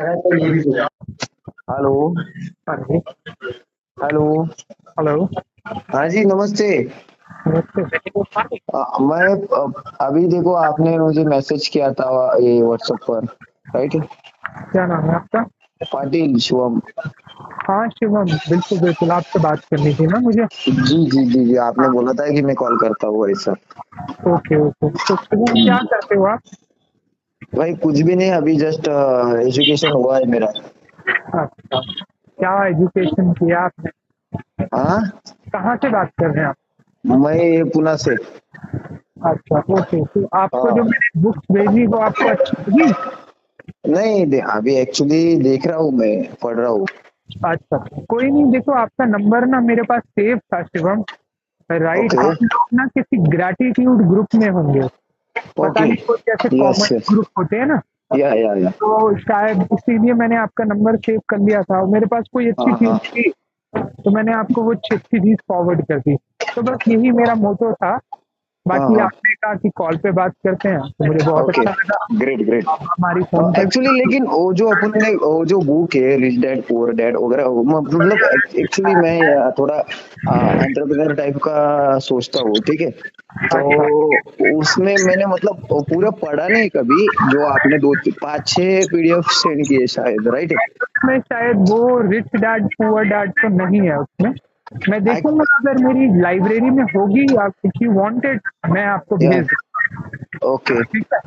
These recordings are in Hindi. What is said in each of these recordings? अरे तो ये भी बोला। हेलो हाँ जी हेलो हेलो हाँ जी नमस्ते नमस्ते अ, मैं अ, अभी देखो आपने मुझे मैसेज किया था वा- ये व्हाट्सएप पर राइट क्या नाम है आपका पाटिल शिवम हाँ शिवम बिल्कुल बिल्कुल आपसे बात करनी थी ना मुझे जी जी जी जी आपने बोला था कि मैं कॉल करता हूँ ऐसा ओके ओके तो शिवम क्या करते हो आप भाई कुछ भी नहीं अभी जस्ट एजुकेशन हुआ है मेरा अच्छा क्या एजुकेशन किया आपने हाँ कहाँ से बात कर रहे हैं आप मैं ये पुणे से अच्छा ओके तो आपको जो हाँ। मैंने बुक्स भेजी वो आपको अच्छी लगी नहीं दे, अभी एक्चुअली देख रहा हूँ मैं पढ़ रहा हूँ अच्छा कोई नहीं देखो आपका नंबर ना मेरे पास सेव था शिवम राइट ओके। आप लोग ना किसी ग्रेटिट्यूड ग्रुप में होंगे पता ओके नहीं कोई जैसे यस कॉमन यस ग्रुप होते हैं ना या या या तो शायद इसीलिए मैंने आपका नंबर सेव कर लिया था और मेरे पास कोई अच्छी हाँ चीज हाँ थी तो मैंने आपको वो अच्छी अच्छी चीज फॉरवर्ड कर दी तो बस यही मेरा मोटो था हाँ बाकी हाँ आपने कहा कि कॉल पे बात करते हैं तो मुझे बहुत ओके अच्छा लगा ग्रेट ग्रेट आप हमारी फोन पर एक्चुअली लेकिन वो जो अपन ने वो जो बुक है रिच डैड पुअर डैड वगैरह वो म- मतलब एक्चुअली मैं अ, थोड़ा एंटरप्रेनर टाइप का सोचता हूँ ठीक है तो अच्छा उसमें मैंने मतलब पूरा पढ़ा नहीं कभी जो आपने दो पांच छह पीडीएफ सेंड किए शायद राइट में शायद वो रिच डैड पुअर डैड तो नहीं है उसमें मैं देखूंगा अगर मेरी लाइब्रेरी में होगी आप इफ यू वांटेड मैं आपको या भेज दूंगा ओके ठीक है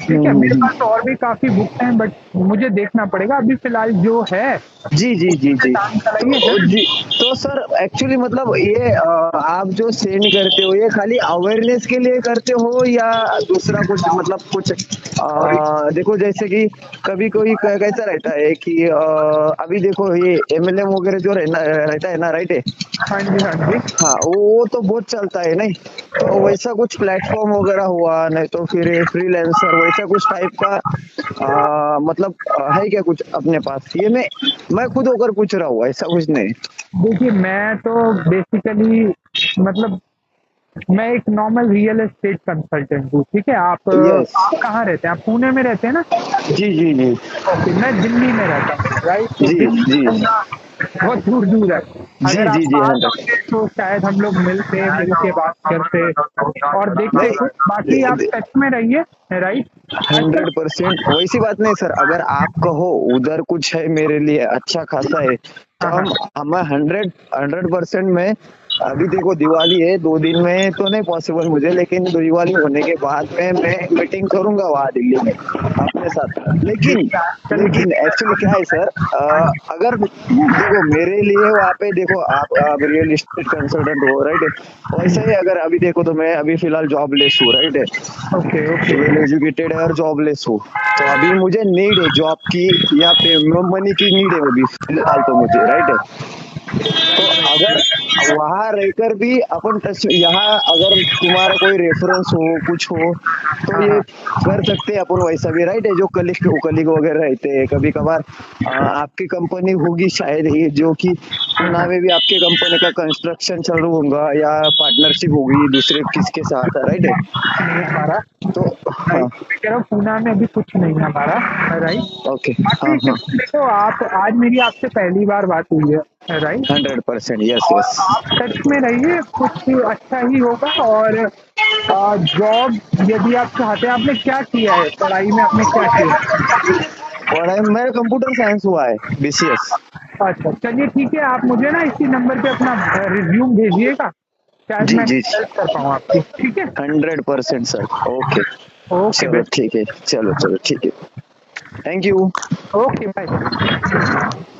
ठीक है मेरे हम्म। पास और भी काफी बुक्स हैं बट मुझे देखना पड़ेगा अभी फिलहाल जो है जी जी जी जी काम कराइए ओ, फिर जी तो सर एक्चुअली मतलब ये अ, आप जो सेंड करते हो ये खाली अवेयरनेस के लिए करते हो या दूसरा कुछ मतलब कुछ अ, देखो जैसे कि कभी कोई कै- कैसा रहता है कि अ, अभी देखो ये एमएलएम वगैरह जो रहना रहता है ना राइट है हाँ जी हाँ जी हाँ वो वो तो बहुत चलता है नहीं तो वैसा कुछ प्लेटफॉर्म वगैरह हुआ नहीं तो फिर फ्रीलांसर वैसा कुछ टाइप का आ, मतलब आ, है क्या कुछ अपने पास ये मैं मैं खुद होकर पूछ रहा हूँ ऐसा कुछ नहीं देखिए मैं तो बेसिकली मतलब मैं एक नॉर्मल रियल एस्टेट कंसल्टेंट हूँ ठीक है आप यस आप कहाँ रहते हैं आप पुणे में रहते हैं ना जी जी जी ओके मैं दिल्ली में रहता हूँ राइट तो जी दिल्ली जी से ना बहुत दूर दूर है जी अगर आप जी हाँ पास जी हंड्रेड होते तो शायद हम लोग मिलते मिलके बात करते और देखते कुछ बाकी आप नहीं टच में रहिए राइट अच्छा हंड्रेड परसेंट वैसी बात नहीं सर अगर आप कहो उधर कुछ है मेरे लिए अच्छा खासा है तो हाँ हाँ हम हम हंड्रेड हंड्रेड परसेंट में अभी देखो दिवाली है दो दिन में तो नहीं पॉसिबल मुझे लेकिन दिवाली होने के बाद में मैं मीटिंग करूंगा वहाँ दिल्ली में अपने साथ जी लेकिन चलिए लेकिन एक्चुअली क्या है सर अ, अगर देखो मेरे लिए वहाँ पे देखो आप आप रियल इस्टेट कंसल्टेंट हो राइट वैसे ही अगर अभी देखो तो मैं अभी फिलहाल जॉबलेस हूँ राइट है ओके ओके वेल एजुकेटेड है और जॉबलेस हो तो अभी मुझे नीड है जॉब की या पे मनी की नीड है अभी फिलहाल तो मुझे राइट है तो अगर वहां रहकर भी अपन टच यहाँ अगर तुम्हारा कोई रेफरेंस हो कुछ हो तो हाँ ये हाँ कर सकते हैं अपन वैसा भी राइट है जो कलिक कलिक वगैरह रहते हैं कभी कभार अ, आपकी कंपनी होगी शायद ये जो कि पुणे में भी आपके कंपनी का कंस्ट्रक्शन चल रहा होगा या पार्टनरशिप होगी दूसरे किसके साथ राइट है नहीं हमारा तो हाँ राइट मैं कह रहा हूँ पूना में अभी कुछ नहीं है हमारा राइट ओके हाँ बाकी हाँ शिवम, देखो आप आज मेरी आपसे पहली बार बात हुई है राइट हंड्रेड परसेंट यस और यस आप टच में रहिए कुछ अच्छा ही होगा और जॉब यदि आप चाहते हैं आपने क्या किया है पढ़ाई में आपने क्या किया है? और आई मेरा कंप्यूटर साइंस हुआ है बीसीएस अच्छा चलिए ठीक है आप मुझे ना इसी नंबर पे अपना रिज्यूम भेजिएगा शायद जी मैं जी हेल्प कर पाऊँ आपकी ठीक है hundred percent sir okay okay चलो बेस्ट ठीक है चलो चलो ठीक है थैंक यू ओके बाय